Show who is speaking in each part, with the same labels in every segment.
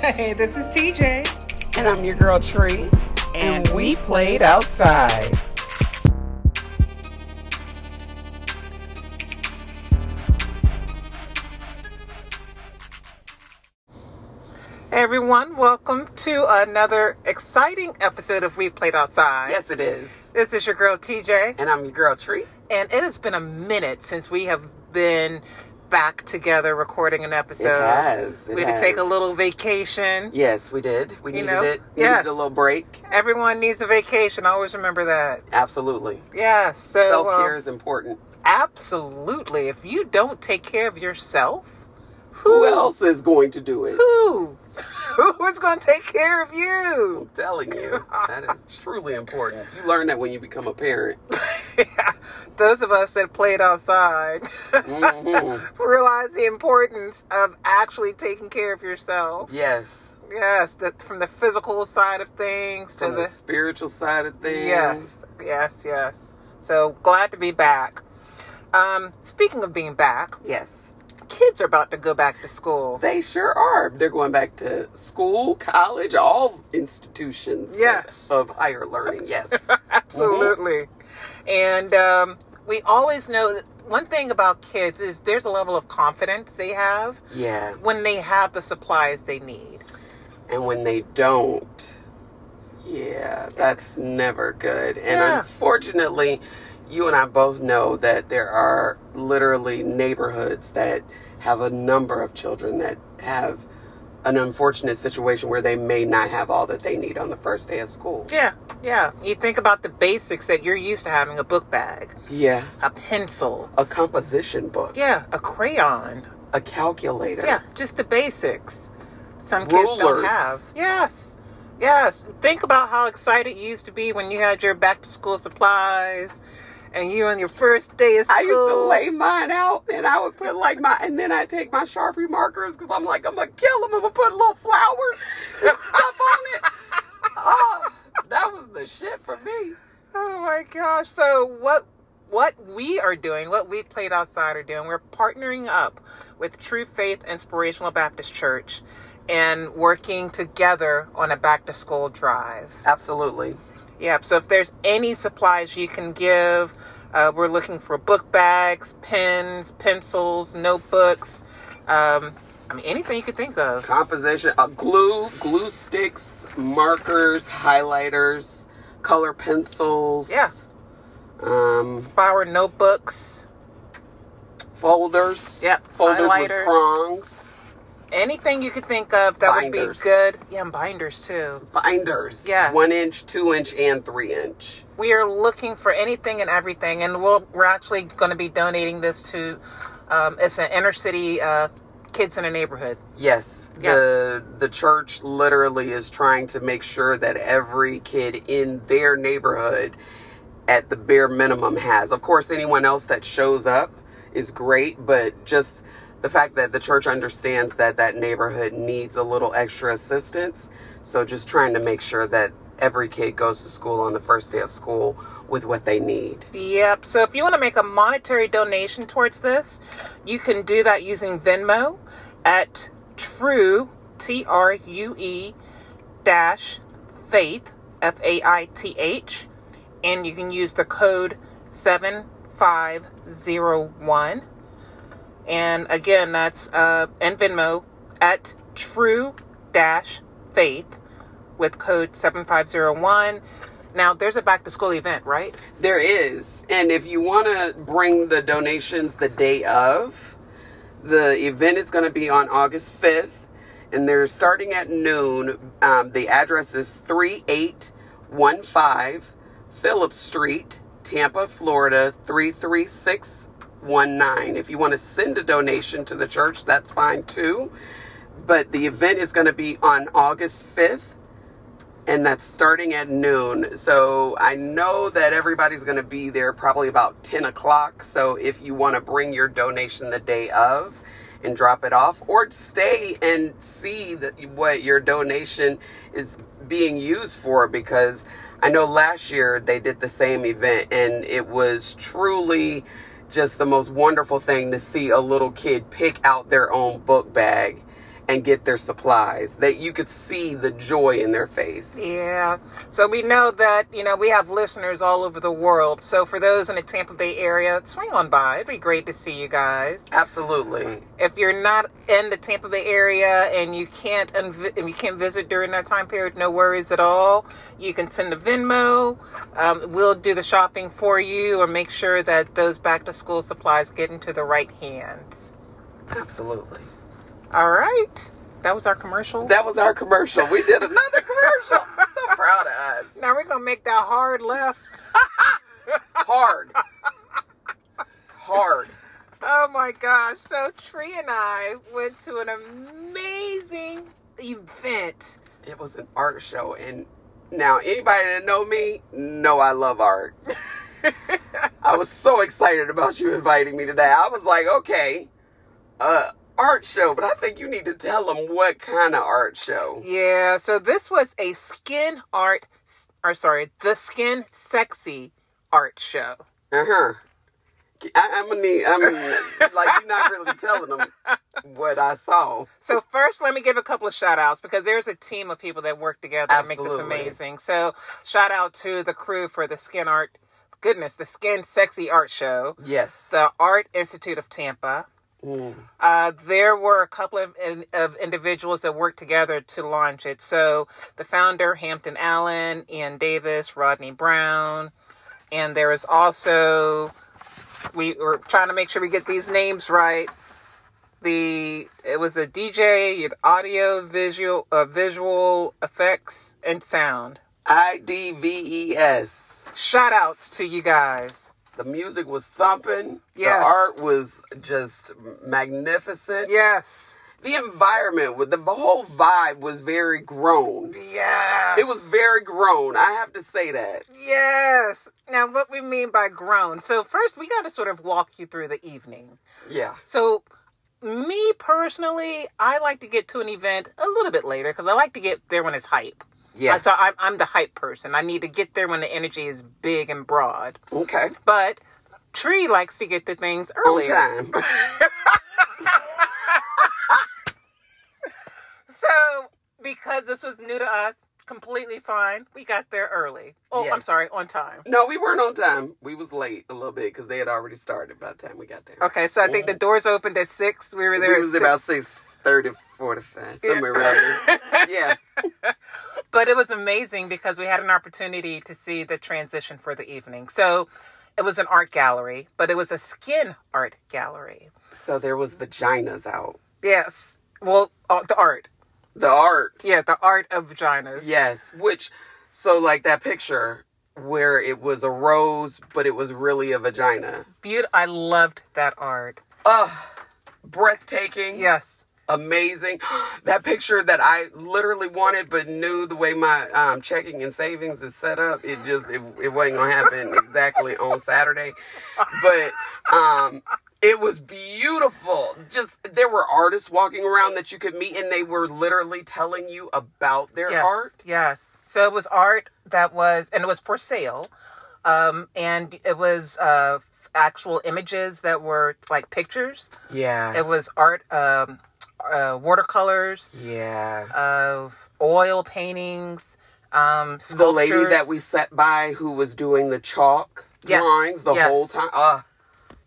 Speaker 1: Hey, this is TJ.
Speaker 2: And I'm your girl Tree. And we played outside.
Speaker 1: Hey everyone, welcome to another exciting episode of We Played Outside.
Speaker 2: Yes, it is.
Speaker 1: This is your girl TJ,
Speaker 2: And I'm your girl Tree.
Speaker 1: and it has been a minute since we have been back together recording an episode.
Speaker 2: has, it
Speaker 1: we had to take a
Speaker 2: has.
Speaker 1: little vacation.
Speaker 2: Yes, we did. We needed
Speaker 1: know,
Speaker 2: it. We
Speaker 1: yes.
Speaker 2: needed a little break.
Speaker 1: Everyone needs a vacation. Always remember that.
Speaker 2: Absolutely.
Speaker 1: Yeah, so
Speaker 2: Self
Speaker 1: uh,
Speaker 2: care is important.
Speaker 1: absolutely. If you don't take care of yourself,
Speaker 2: Who else is going to do it?
Speaker 1: Who? Who's going to take care of you?
Speaker 2: I'm telling you, that is truly important. You learn that when you become a parent.
Speaker 1: Those of us that played outside
Speaker 2: Mhm.
Speaker 1: realize the importance of actually taking care of yourself.
Speaker 2: yes.
Speaker 1: Yes, the, from the physical side of things to
Speaker 2: From the
Speaker 1: the.
Speaker 2: spiritual side of things.
Speaker 1: Yes, yes, yes. So glad to be back. Um, speaking of being back,
Speaker 2: Yes.
Speaker 1: kids are about to go back to school.
Speaker 2: They sure are. They're going back to school, college, all institutions
Speaker 1: Yes.
Speaker 2: of, of higher learning. Yes.
Speaker 1: Absolutely. And um, we always know that one thing about kids is there's a level of confidence they have
Speaker 2: yeah.
Speaker 1: when they have the supplies they need.
Speaker 2: And when they don't, yeah, that's never good. And
Speaker 1: Yeah.
Speaker 2: unfortunately, you and I both know that there are literally neighborhoods that have a number of children that have an unfortunate situation where they may not have all that they need on the first day of school.
Speaker 1: Yeah, yeah. You think about the basics that you're used to having a book bag,
Speaker 2: Yeah.
Speaker 1: a pencil,
Speaker 2: A composition book,
Speaker 1: yeah, a crayon.
Speaker 2: a calculator.
Speaker 1: Yeah, just the basics. Some kids don't
Speaker 2: Rulers.
Speaker 1: have. Yes. Yes. Think about how excited you used to be when you had your back to school supplies and you on your first day of school.
Speaker 2: I used to lay mine out and I would put like my, and then I take my Sharpie markers because I'm like, I'm going to kill them. I'm going to put little flowers and stuff on it. Oh, that was the shit for me.
Speaker 1: Oh my gosh. So what what we are doing, what we played outside are doing, we're partnering up with True Faith Inspirational Baptist Church and working together on a back to school drive.
Speaker 2: Absolutely.
Speaker 1: Yep. So if there's any supplies you can give, uh, we're looking for book bags, pens, pencils, notebooks. Um, I mean, anything you could think of.
Speaker 2: Composition, uh, glue, glue sticks, markers, highlighters, color pencils.
Speaker 1: Yeah.
Speaker 2: Um,
Speaker 1: Flower notebooks,
Speaker 2: folders.
Speaker 1: Yep,
Speaker 2: Folders
Speaker 1: highlighters.
Speaker 2: with prongs.
Speaker 1: anything you could think of that would be
Speaker 2: Binders.
Speaker 1: good. Yeah, and binders too.
Speaker 2: Binders.
Speaker 1: Yes.
Speaker 2: One inch, two inch, and three inch.
Speaker 1: We are looking for anything and everything, and we'll, we're actually going to be donating this to um, it's an inner city uh, kids in a neighborhood.
Speaker 2: Yes,
Speaker 1: Yeah.
Speaker 2: the the church literally is trying to make sure that every kid in their neighborhood at the bare minimum has. Of course, anyone else that shows up is great, but just the fact that the church understands that that neighborhood needs a little extra assistance, so just trying to make sure that every kid goes to school on the first day of school with what they need.
Speaker 1: Yep. So if you want to make a monetary donation towards this, you can do that using Venmo at True T R U E dash Faith F A I T H, and you can use the code seven five zero one. And again, that's uh, and Venmo at True Dash Faith with code seven five zero one. Now there's a back to school event, right?
Speaker 2: There is. And if you want to bring the donations the day of, the event is going to be on August 5th, and they're starting at noon. Um, the address is 3815 Phillips Street, Tampa, Florida 33619. If you want to send a donation to the church, that's fine too. But the event is going to be on August 5th and that's starting at noon. So I know that everybody's going to be there probably about 10 o'clock. So if you want to bring your donation the day of and drop it off, or stay and see that what your donation is being used for, because I know last year they did the same event and it was truly just the most wonderful thing to see a little kid pick out their own book bag and get their supplies. That you could see the joy in their face.
Speaker 1: Yeah. So we know that, you know, we have listeners all over the world. So for those in the Tampa Bay area, swing on by. It'd be great to see you guys.
Speaker 2: Absolutely.
Speaker 1: If you're not in the Tampa Bay area and you can't unvi- and you can't visit during that time period, no worries at all. You can send a Venmo. Um, we'll do the shopping for you or make sure that those back to school supplies get into the right hands.
Speaker 2: Absolutely.
Speaker 1: All right. That was our commercial.
Speaker 2: That was our commercial. We did another commercial. I'm so proud of us.
Speaker 1: now we're gonna make that hard left.
Speaker 2: Hard. Hard.
Speaker 1: Oh my gosh. So Tree and I went to an amazing event.
Speaker 2: It was an art show and now anybody that know me know I love art. I was so excited about you inviting me today. I was like, okay, uh art show, but I think you need to tell them what kind of art show.
Speaker 1: Yeah, so this was a skin art or sorry, the skin sexy art show.
Speaker 2: Uh-huh. I, I'm gonna need I'm like you're not really telling them what I saw.
Speaker 1: So first let me give a couple of shout outs because there's a team of people that work together to
Speaker 2: Absolutely.
Speaker 1: make this amazing. So shout out to the crew for the skin art goodness, the skin sexy art show.
Speaker 2: Yes.
Speaker 1: the Art Institute of Tampa.
Speaker 2: Mm.
Speaker 1: Uh, there were a couple of, in, of individuals that worked together to launch it. So the founder, Hampton Allen, Ian Davis, Rodney Brown, and there is also we were trying to make sure we get these names right. The it was a DJ, audio, visual, uh, visual effects, and sound.
Speaker 2: I D V E S.
Speaker 1: Shout outs to you guys.
Speaker 2: The music was thumping.
Speaker 1: Yes.
Speaker 2: The art was just magnificent.
Speaker 1: Yes,
Speaker 2: The environment with the whole vibe was very grown.
Speaker 1: yes.
Speaker 2: It was very grown. I have to say that.
Speaker 1: Yes. Now, what we mean by grown. So, first, we got to sort of walk you through the evening.
Speaker 2: Yeah.
Speaker 1: So, me personally, I like to get to an event a little bit later because I like to get there when it's hype.
Speaker 2: Yeah.
Speaker 1: So, I'm, I'm the hype person. I need to get there when the energy is big and broad.
Speaker 2: Okay.
Speaker 1: But Tree likes to get to things
Speaker 2: On
Speaker 1: earlier.
Speaker 2: time.
Speaker 1: So, because this was new to us, completely fine. We got there early. Oh, I'm
Speaker 2: Yes.
Speaker 1: sorry, on time.
Speaker 2: No, we weren't on time. We was late a little bit because they had already started by the time we got there.
Speaker 1: Okay, so I think the doors opened at six. We were there
Speaker 2: It
Speaker 1: at
Speaker 2: was
Speaker 1: six.
Speaker 2: about six thirty, forty-five, somewhere around there. Yeah.
Speaker 1: but it was amazing because we had an opportunity to see the transition for the evening. So it was an art gallery, but it was a skin art gallery.
Speaker 2: So there was vaginas out.
Speaker 1: Yes. Well, uh, the art.
Speaker 2: The art.
Speaker 1: Yeah, the art of vaginas.
Speaker 2: Yes, which so like that picture where it was a rose, but it was really a vagina.
Speaker 1: Beaut- I loved that art.
Speaker 2: Breathtaking.
Speaker 1: Yes.
Speaker 2: Amazing. That picture that I literally wanted but knew the way my um, checking and savings is set up, it just it, it wasn't gonna happen exactly on Saturday. But um it was beautiful. Just there were artists walking around that you could meet and they were literally telling you about their
Speaker 1: Yes.
Speaker 2: art.
Speaker 1: Yes. So it was art that was, and it was for sale. Um, and it was uh, actual images that were like pictures.
Speaker 2: Yeah.
Speaker 1: It was art, um, uh, watercolors.
Speaker 2: yeah.
Speaker 1: of oil paintings, um, sculptures.
Speaker 2: the lady that we sat by who was doing the chalk
Speaker 1: Yes,
Speaker 2: drawings the
Speaker 1: yes.
Speaker 2: whole time. Ah,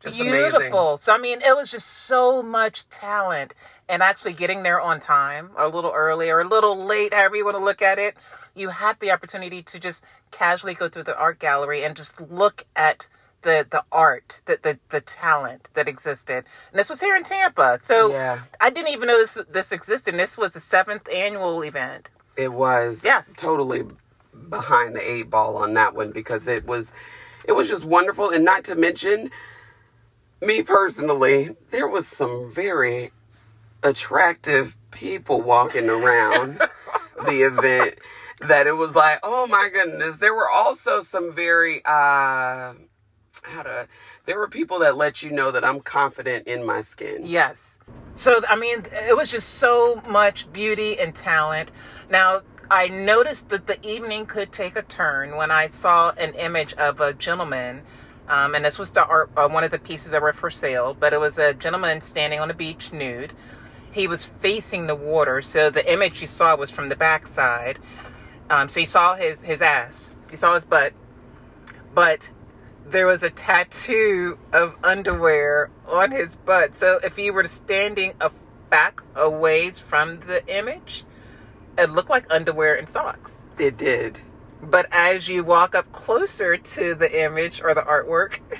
Speaker 2: just
Speaker 1: beautiful.
Speaker 2: amazing.
Speaker 1: So I mean, it was just so much talent, and actually getting there on time, or a little early, or a little late, however you want to look at it. You had the opportunity to just casually go through the art gallery and just look at the the art, the the, the talent that existed. And this was here in Tampa, so
Speaker 2: Yeah.
Speaker 1: I didn't even know this this existed. This was the seventh annual event.
Speaker 2: It was
Speaker 1: Yes.
Speaker 2: totally behind the eight ball on that one because it was it was just wonderful and not to mention me personally, there was some very attractive people walking around the event that it was like, oh my goodness. There were also some very uh how to there were people that let you know that I'm confident in my skin.
Speaker 1: Yes. So I mean, it was just so much beauty and talent. Now I noticed that the evening could take a turn when I saw an image of a gentleman, um, and this was the art, uh, one of the pieces that were for sale. But it was a gentleman standing on a beach nude. He was facing the water, so the image you saw was from the backside. Um, so you saw his his ass, you saw his butt, but there was a tattoo of underwear on his butt. So if you were standing a, back a ways from the image, it looked like underwear and socks.
Speaker 2: It did.
Speaker 1: But as you walk up closer to the image or the artwork,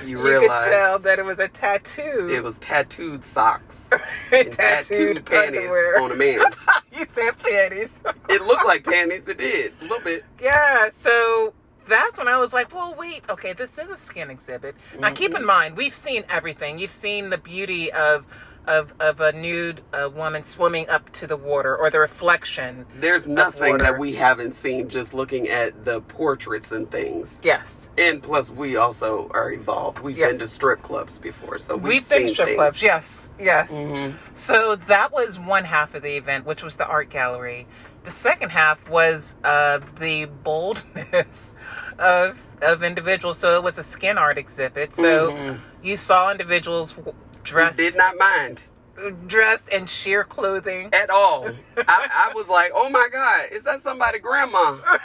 Speaker 2: You,
Speaker 1: you could
Speaker 2: realize
Speaker 1: tell that it was a tattoo.
Speaker 2: it was tattooed socks and
Speaker 1: tattooed,
Speaker 2: tattooed panties
Speaker 1: underwear.
Speaker 2: on a man.
Speaker 1: you said panties.
Speaker 2: it looked like panties. It did a little bit.
Speaker 1: yeah, so that's when I was like, well, wait, okay, this is a skin exhibit. Now, keep
Speaker 2: Mm-hmm.
Speaker 1: in mind, we've seen everything. You've seen the beauty of of, of a nude uh, woman swimming up to the water or the reflection.
Speaker 2: There's nothing
Speaker 1: water.
Speaker 2: that we haven't seen just looking at the portraits and things.
Speaker 1: Yes.
Speaker 2: And plus, we also are evolved. We've
Speaker 1: Yes.
Speaker 2: been to strip clubs before, so we've,
Speaker 1: We've
Speaker 2: seen
Speaker 1: been strip
Speaker 2: things. Mm-hmm.
Speaker 1: clubs, yes, yes. So that was one half of the event, which was the art gallery. The second half was uh, the boldness of of individuals. So it was a skin art exhibit. So you saw individuals w- dressed
Speaker 2: Mm-hmm. Did not mind
Speaker 1: dressed in sheer clothing.
Speaker 2: at all. I, I was like, "Oh my god, is that somebody, grandma?" 'Cause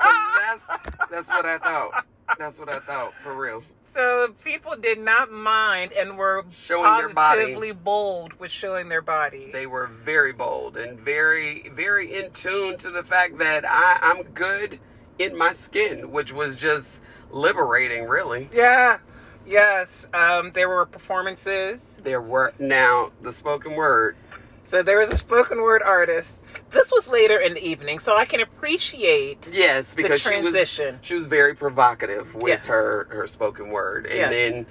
Speaker 2: that's that's what I thought. That's what I thought for real.
Speaker 1: So people did not mind and were
Speaker 2: Showing their body.
Speaker 1: positively bold with showing their body.
Speaker 2: They were very bold and very very in tune to the fact that I, I'm good in my skin, which was just liberating, really.
Speaker 1: yeah. Yes. Um, there were performances.
Speaker 2: There were now the spoken word.
Speaker 1: So there was a spoken word artist. This was later in the evening, so I can appreciate.
Speaker 2: Yes, because she
Speaker 1: transition.
Speaker 2: was she was very provocative with
Speaker 1: Yes.
Speaker 2: her her spoken word, and
Speaker 1: Yes.
Speaker 2: then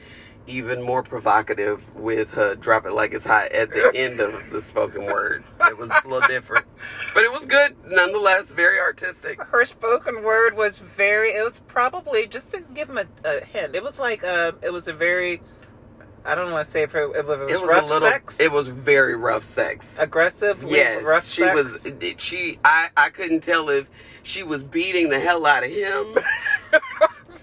Speaker 2: even more provocative with her drop it like it's hot at the end of the spoken word. It was a little different, but it was good nonetheless. Very artistic.
Speaker 1: Her spoken word was very. It was probably just to give him a, a hint. It was like uh, it was a very. I don't want to say if it, if it was,
Speaker 2: It was
Speaker 1: rough
Speaker 2: a little.
Speaker 1: sex.
Speaker 2: It was very rough sex.
Speaker 1: aggressive.
Speaker 2: Yes,
Speaker 1: rough
Speaker 2: she
Speaker 1: sex.
Speaker 2: was. uh, She, I, I couldn't tell if she was beating the hell out of him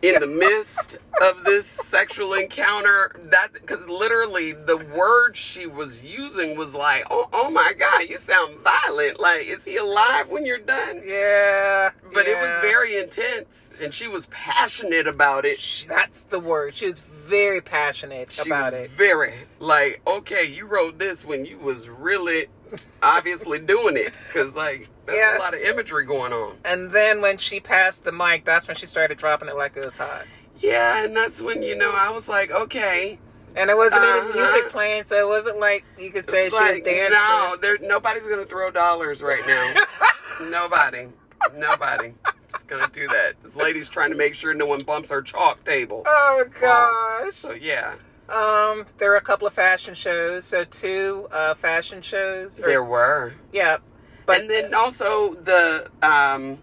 Speaker 2: in the midst of this sexual encounter. That because literally the word she was using was like, "Oh, oh my God, you sound violent. Like, is he alive when you're done?"
Speaker 1: Yeah,
Speaker 2: But it was
Speaker 1: yeah.
Speaker 2: very intense, and she was passionate about it.
Speaker 1: She- That's the word. She was very passionate
Speaker 2: She
Speaker 1: about
Speaker 2: was
Speaker 1: it.
Speaker 2: Very like, okay, you wrote this when you was really obviously doing it because like that's
Speaker 1: Yes.
Speaker 2: a lot of imagery going on.
Speaker 1: And then when she passed the mic, that's when she started dropping it like it was hot.
Speaker 2: Yeah, and that's when you know I was like, okay,
Speaker 1: And it wasn't
Speaker 2: Uh-huh.
Speaker 1: any music playing, so it wasn't like you could say she was
Speaker 2: like,
Speaker 1: dancing.
Speaker 2: no, there nobody's gonna throw dollars right now. nobody, nobody is gonna do that. This lady's trying to make sure no one bumps her chalk table.
Speaker 1: Oh gosh.
Speaker 2: So yeah,
Speaker 1: Um, there were a couple of fashion shows. So two uh, fashion shows. Or,
Speaker 2: there were.
Speaker 1: Yeah, but
Speaker 2: and then also the um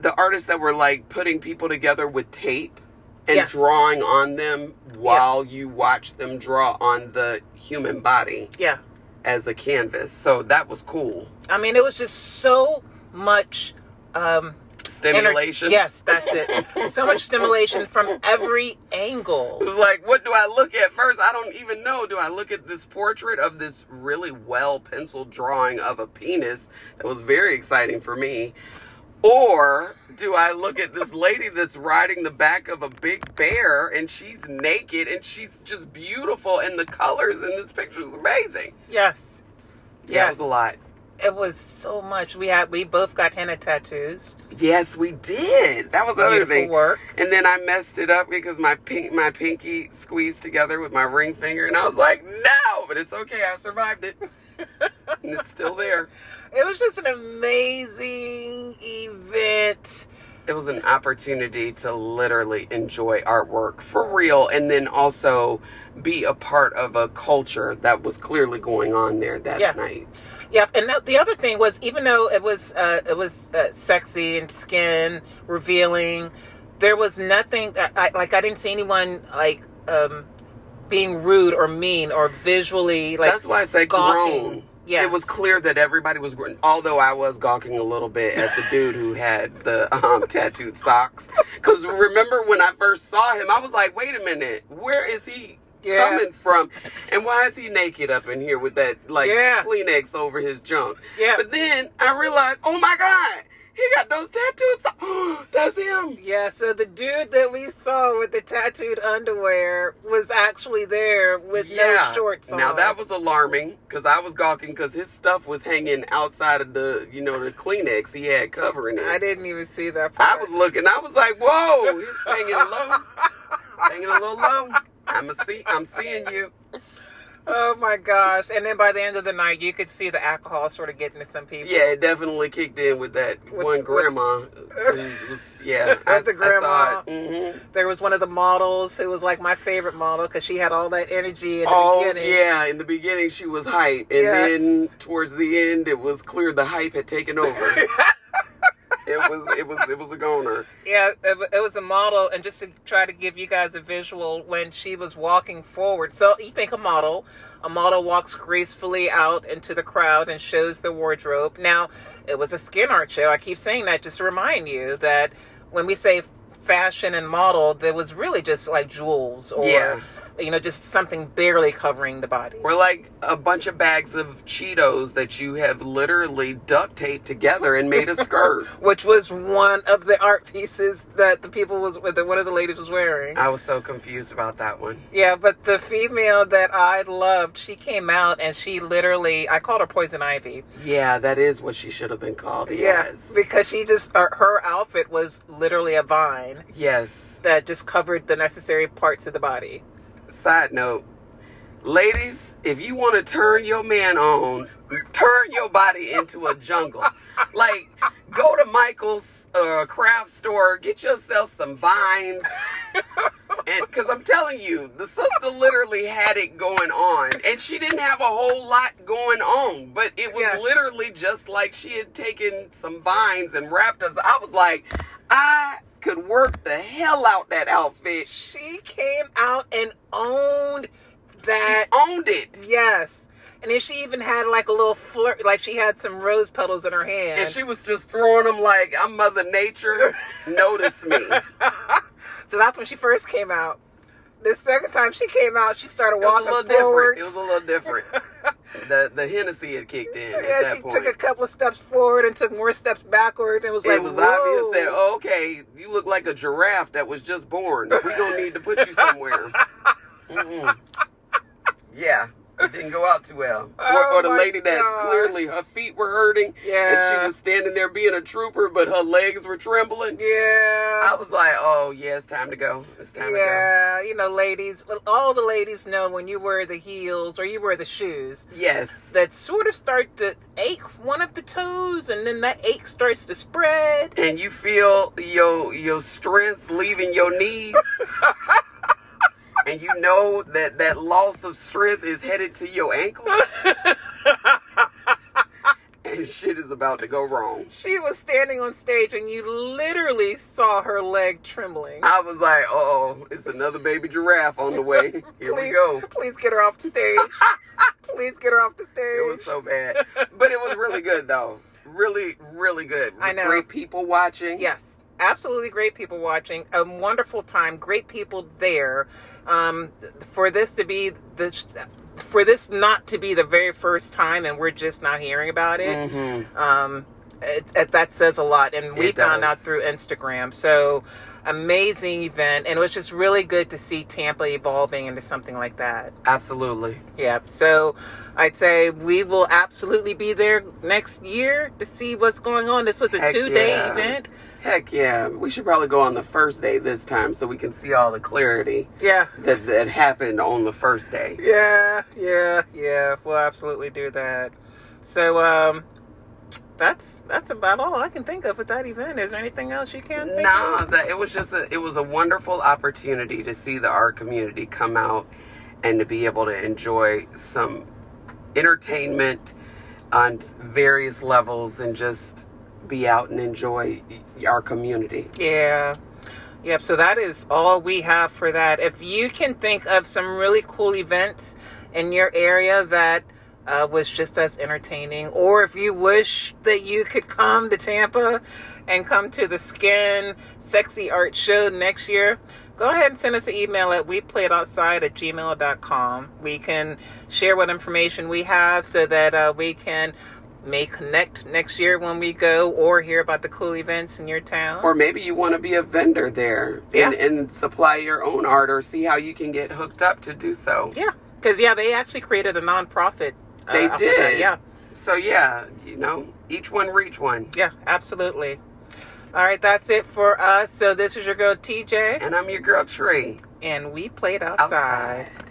Speaker 2: the artists that were like putting people together with tape and
Speaker 1: Yes.
Speaker 2: drawing on them while you watch them draw on the human body
Speaker 1: yeah,
Speaker 2: as a canvas. So that was cool.
Speaker 1: I mean it was just so much. Um, ener-
Speaker 2: Stimulation.
Speaker 1: yes, that's it. so much stimulation from every
Speaker 2: It
Speaker 1: angle.
Speaker 2: was like, what do I look at first? I don't even know. Do I look at this portrait of this really well penciled drawing of a penis that was very exciting for me? Or do I look at this lady that's riding the back of a big bear and she's naked and she's just beautiful and the colors in this picture is amazing?
Speaker 1: Yes,
Speaker 2: Yeah, it
Speaker 1: Yes.
Speaker 2: was a lot.
Speaker 1: it was so much. We had we both got henna tattoos.
Speaker 2: Yes, we did. That was the other
Speaker 1: Beautiful
Speaker 2: thing.
Speaker 1: work.
Speaker 2: And then I messed it up because my pink my pinky squeezed together with my ring finger, and I was like, no, but it's okay. I survived it, and it's still there.
Speaker 1: It was just an amazing event.
Speaker 2: It was an opportunity to literally enjoy artwork for real, and then also be a part of a culture that was clearly going on there that
Speaker 1: Yeah.
Speaker 2: night.
Speaker 1: Yep, and the- the other thing was, even though it was uh, it was uh, sexy and skin revealing, there was nothing I, I, like I didn't see anyone like um, being rude or mean or visually like.
Speaker 2: That's why I say
Speaker 1: gawking.
Speaker 2: grown.
Speaker 1: Yes.
Speaker 2: It was clear that everybody was grown. Although I was gawking a little bit at the dude who had the um, tattooed socks. Because remember when I first saw him, I was like, wait a minute, where is he
Speaker 1: Yeah.
Speaker 2: coming from? And why is he naked up in here with that like
Speaker 1: Yeah.
Speaker 2: Kleenex over his junk?
Speaker 1: Yeah.
Speaker 2: But then I realized, oh my God, he got those tattoos. That's him.
Speaker 1: Yeah, so the dude that we saw with the tattooed underwear was actually there with no shorts on.
Speaker 2: Now that was alarming because I was gawking because his stuff was hanging outside of the, you know, the Kleenex he had covering it.
Speaker 1: I didn't even see that
Speaker 2: I
Speaker 1: part.
Speaker 2: was looking. I was like, "Whoa, he's hanging low, hanging a little low." I'm a see. I'm seeing you.
Speaker 1: Oh my gosh. And then by the end of the night you could see the alcohol sort of getting to some people.
Speaker 2: Yeah, it definitely kicked in with that one grandma. who was, yeah, I,
Speaker 1: the
Speaker 2: I
Speaker 1: grandma.
Speaker 2: saw it. Mhm.
Speaker 1: There was one of the models who was like my favorite model because she had all that energy in the
Speaker 2: Oh
Speaker 1: beginning.
Speaker 2: yeah, in the beginning she was hype, and then
Speaker 1: Yes.
Speaker 2: towards the end it was clear the hype had taken over. it was it was it was a goner.
Speaker 1: Yeah, it, wa- it was a model, and just to try to give you guys a visual, when she was walking forward, so you think a model, a model walks gracefully out into the crowd and shows the wardrobe. Now, it was a skin art show. I keep saying that just to remind you that when we say fashion and model, there was really just like jewels or
Speaker 2: Yeah.
Speaker 1: you know just something barely covering the body.
Speaker 2: We're like a bunch of bags of Cheetos that you have literally duct taped together and made a skirt.
Speaker 1: Which was one of the art pieces that the people was that one of the ladies was wearing.
Speaker 2: I was so confused about that one.
Speaker 1: Yeah, but the female that I loved, she came out and she literally, I called her Poison Ivy.
Speaker 2: Yeah, that is what she should have been called.
Speaker 1: Yes,
Speaker 2: Yes.
Speaker 1: Because she just, her, her outfit was literally a vine
Speaker 2: Yes.
Speaker 1: that just covered the necessary parts of the body.
Speaker 2: Side note. Ladies, if you want to turn your man on, turn your body into a jungle. Like, go to Michael's uh, craft store, get yourself some vines. And because I'm telling you, the sister literally had it going on, and she didn't have a whole lot going on, but it was
Speaker 1: Yes.
Speaker 2: literally just like she had taken some vines and wrapped us. I was like, I could work the hell out that outfit. She
Speaker 1: She came out and owned that.
Speaker 2: owned it,
Speaker 1: Yes. And then she even had like a little flirt, like she had some rose petals in her hand.
Speaker 2: and she was just throwing them like I'm Mother Nature. Notice me.
Speaker 1: so that's when she first came out. The second time she came out, she started
Speaker 2: It was a
Speaker 1: walking
Speaker 2: little
Speaker 1: forward.
Speaker 2: different. It was a little different. The the Hennessy had kicked in at
Speaker 1: Yeah,
Speaker 2: that
Speaker 1: she
Speaker 2: point.
Speaker 1: took a couple of steps forward and took more steps backward, and it was like,
Speaker 2: it was
Speaker 1: Whoa.
Speaker 2: obvious that oh, okay, you look like a giraffe that was just born. We gonna need to put you somewhere. Mm-mm. Yeah, it didn't go out too well. or,
Speaker 1: Oh
Speaker 2: or the
Speaker 1: my
Speaker 2: lady
Speaker 1: gosh.
Speaker 2: that clearly her feet were hurting, and
Speaker 1: Yeah.
Speaker 2: she was standing there being a trooper, but her legs were trembling. I
Speaker 1: yeah,
Speaker 2: was like, oh yeah, it's time to go. It's time to
Speaker 1: yeah, you know, ladies, all the ladies know when you wear the heels or you wear the shoes
Speaker 2: go. Yes.
Speaker 1: that sort of start to ache one of the toes, and then that ache starts to spread.
Speaker 2: and you feel your your strength leaving your knees and you know that that loss of strength is headed to your ankles and shit is about to go wrong
Speaker 1: She was standing on stage, and you literally saw her leg trembling.
Speaker 2: i was like oh it's another baby giraffe on the way
Speaker 1: please,
Speaker 2: here we go
Speaker 1: please get her off the stage. please get her off the stage.
Speaker 2: it was so bad but it was really good though really really good
Speaker 1: I know.
Speaker 2: great people watching
Speaker 1: Yes, absolutely great people watching. A wonderful time. Great people there. Um, th- for this to be the, sh- for this not to be the very first time, and we're just not hearing about it. Um, it, it- that says a lot, and we
Speaker 2: Mm-hmm. It
Speaker 1: found out
Speaker 2: does.
Speaker 1: through Instagram. So amazing event, and it was just really good to see Tampa evolving into something like that.
Speaker 2: absolutely
Speaker 1: Yep. So I'd say we will absolutely be there next year to see what's going on. This was a
Speaker 2: Heck
Speaker 1: two day
Speaker 2: yeah.
Speaker 1: event.
Speaker 2: heck yeah we should probably go on the first day this time so we can see all the clarity
Speaker 1: Yeah.
Speaker 2: that, that happened on the first day.
Speaker 1: Yeah, yeah, yeah. We'll absolutely do that. So, um, that's that's about all I can think of with that event. Is there anything else you can think
Speaker 2: Nah,
Speaker 1: of?
Speaker 2: that it was just a, it was a wonderful opportunity to see the art community come out and to be able to enjoy some entertainment on various levels and just be out and enjoy our community.
Speaker 1: Yeah. Yep, so that is all we have for that. If you can think of some really cool events in your area that uh, was just as entertaining, or if you wish that you could come to Tampa and come to the Skin Sexy Art Show next year, go ahead and send us an email at weplayitoutside at gmail.com. We can share what information we have so that uh, we can may connect next year when we go or hear about the cool events in your town.
Speaker 2: Or maybe you want to be a vendor there
Speaker 1: Yeah.
Speaker 2: and, and supply your own art or see how you can get hooked up to do so.
Speaker 1: yeah, because yeah, they actually created a nonprofit. uh,
Speaker 2: They
Speaker 1: out there.
Speaker 2: did.
Speaker 1: Yeah,
Speaker 2: So, yeah, you know, each one reach one.
Speaker 1: yeah, absolutely. All right, that's it for us. So this is your girl TJ,
Speaker 2: And I'm your girl, Tree.
Speaker 1: and we played outside.
Speaker 2: Outside.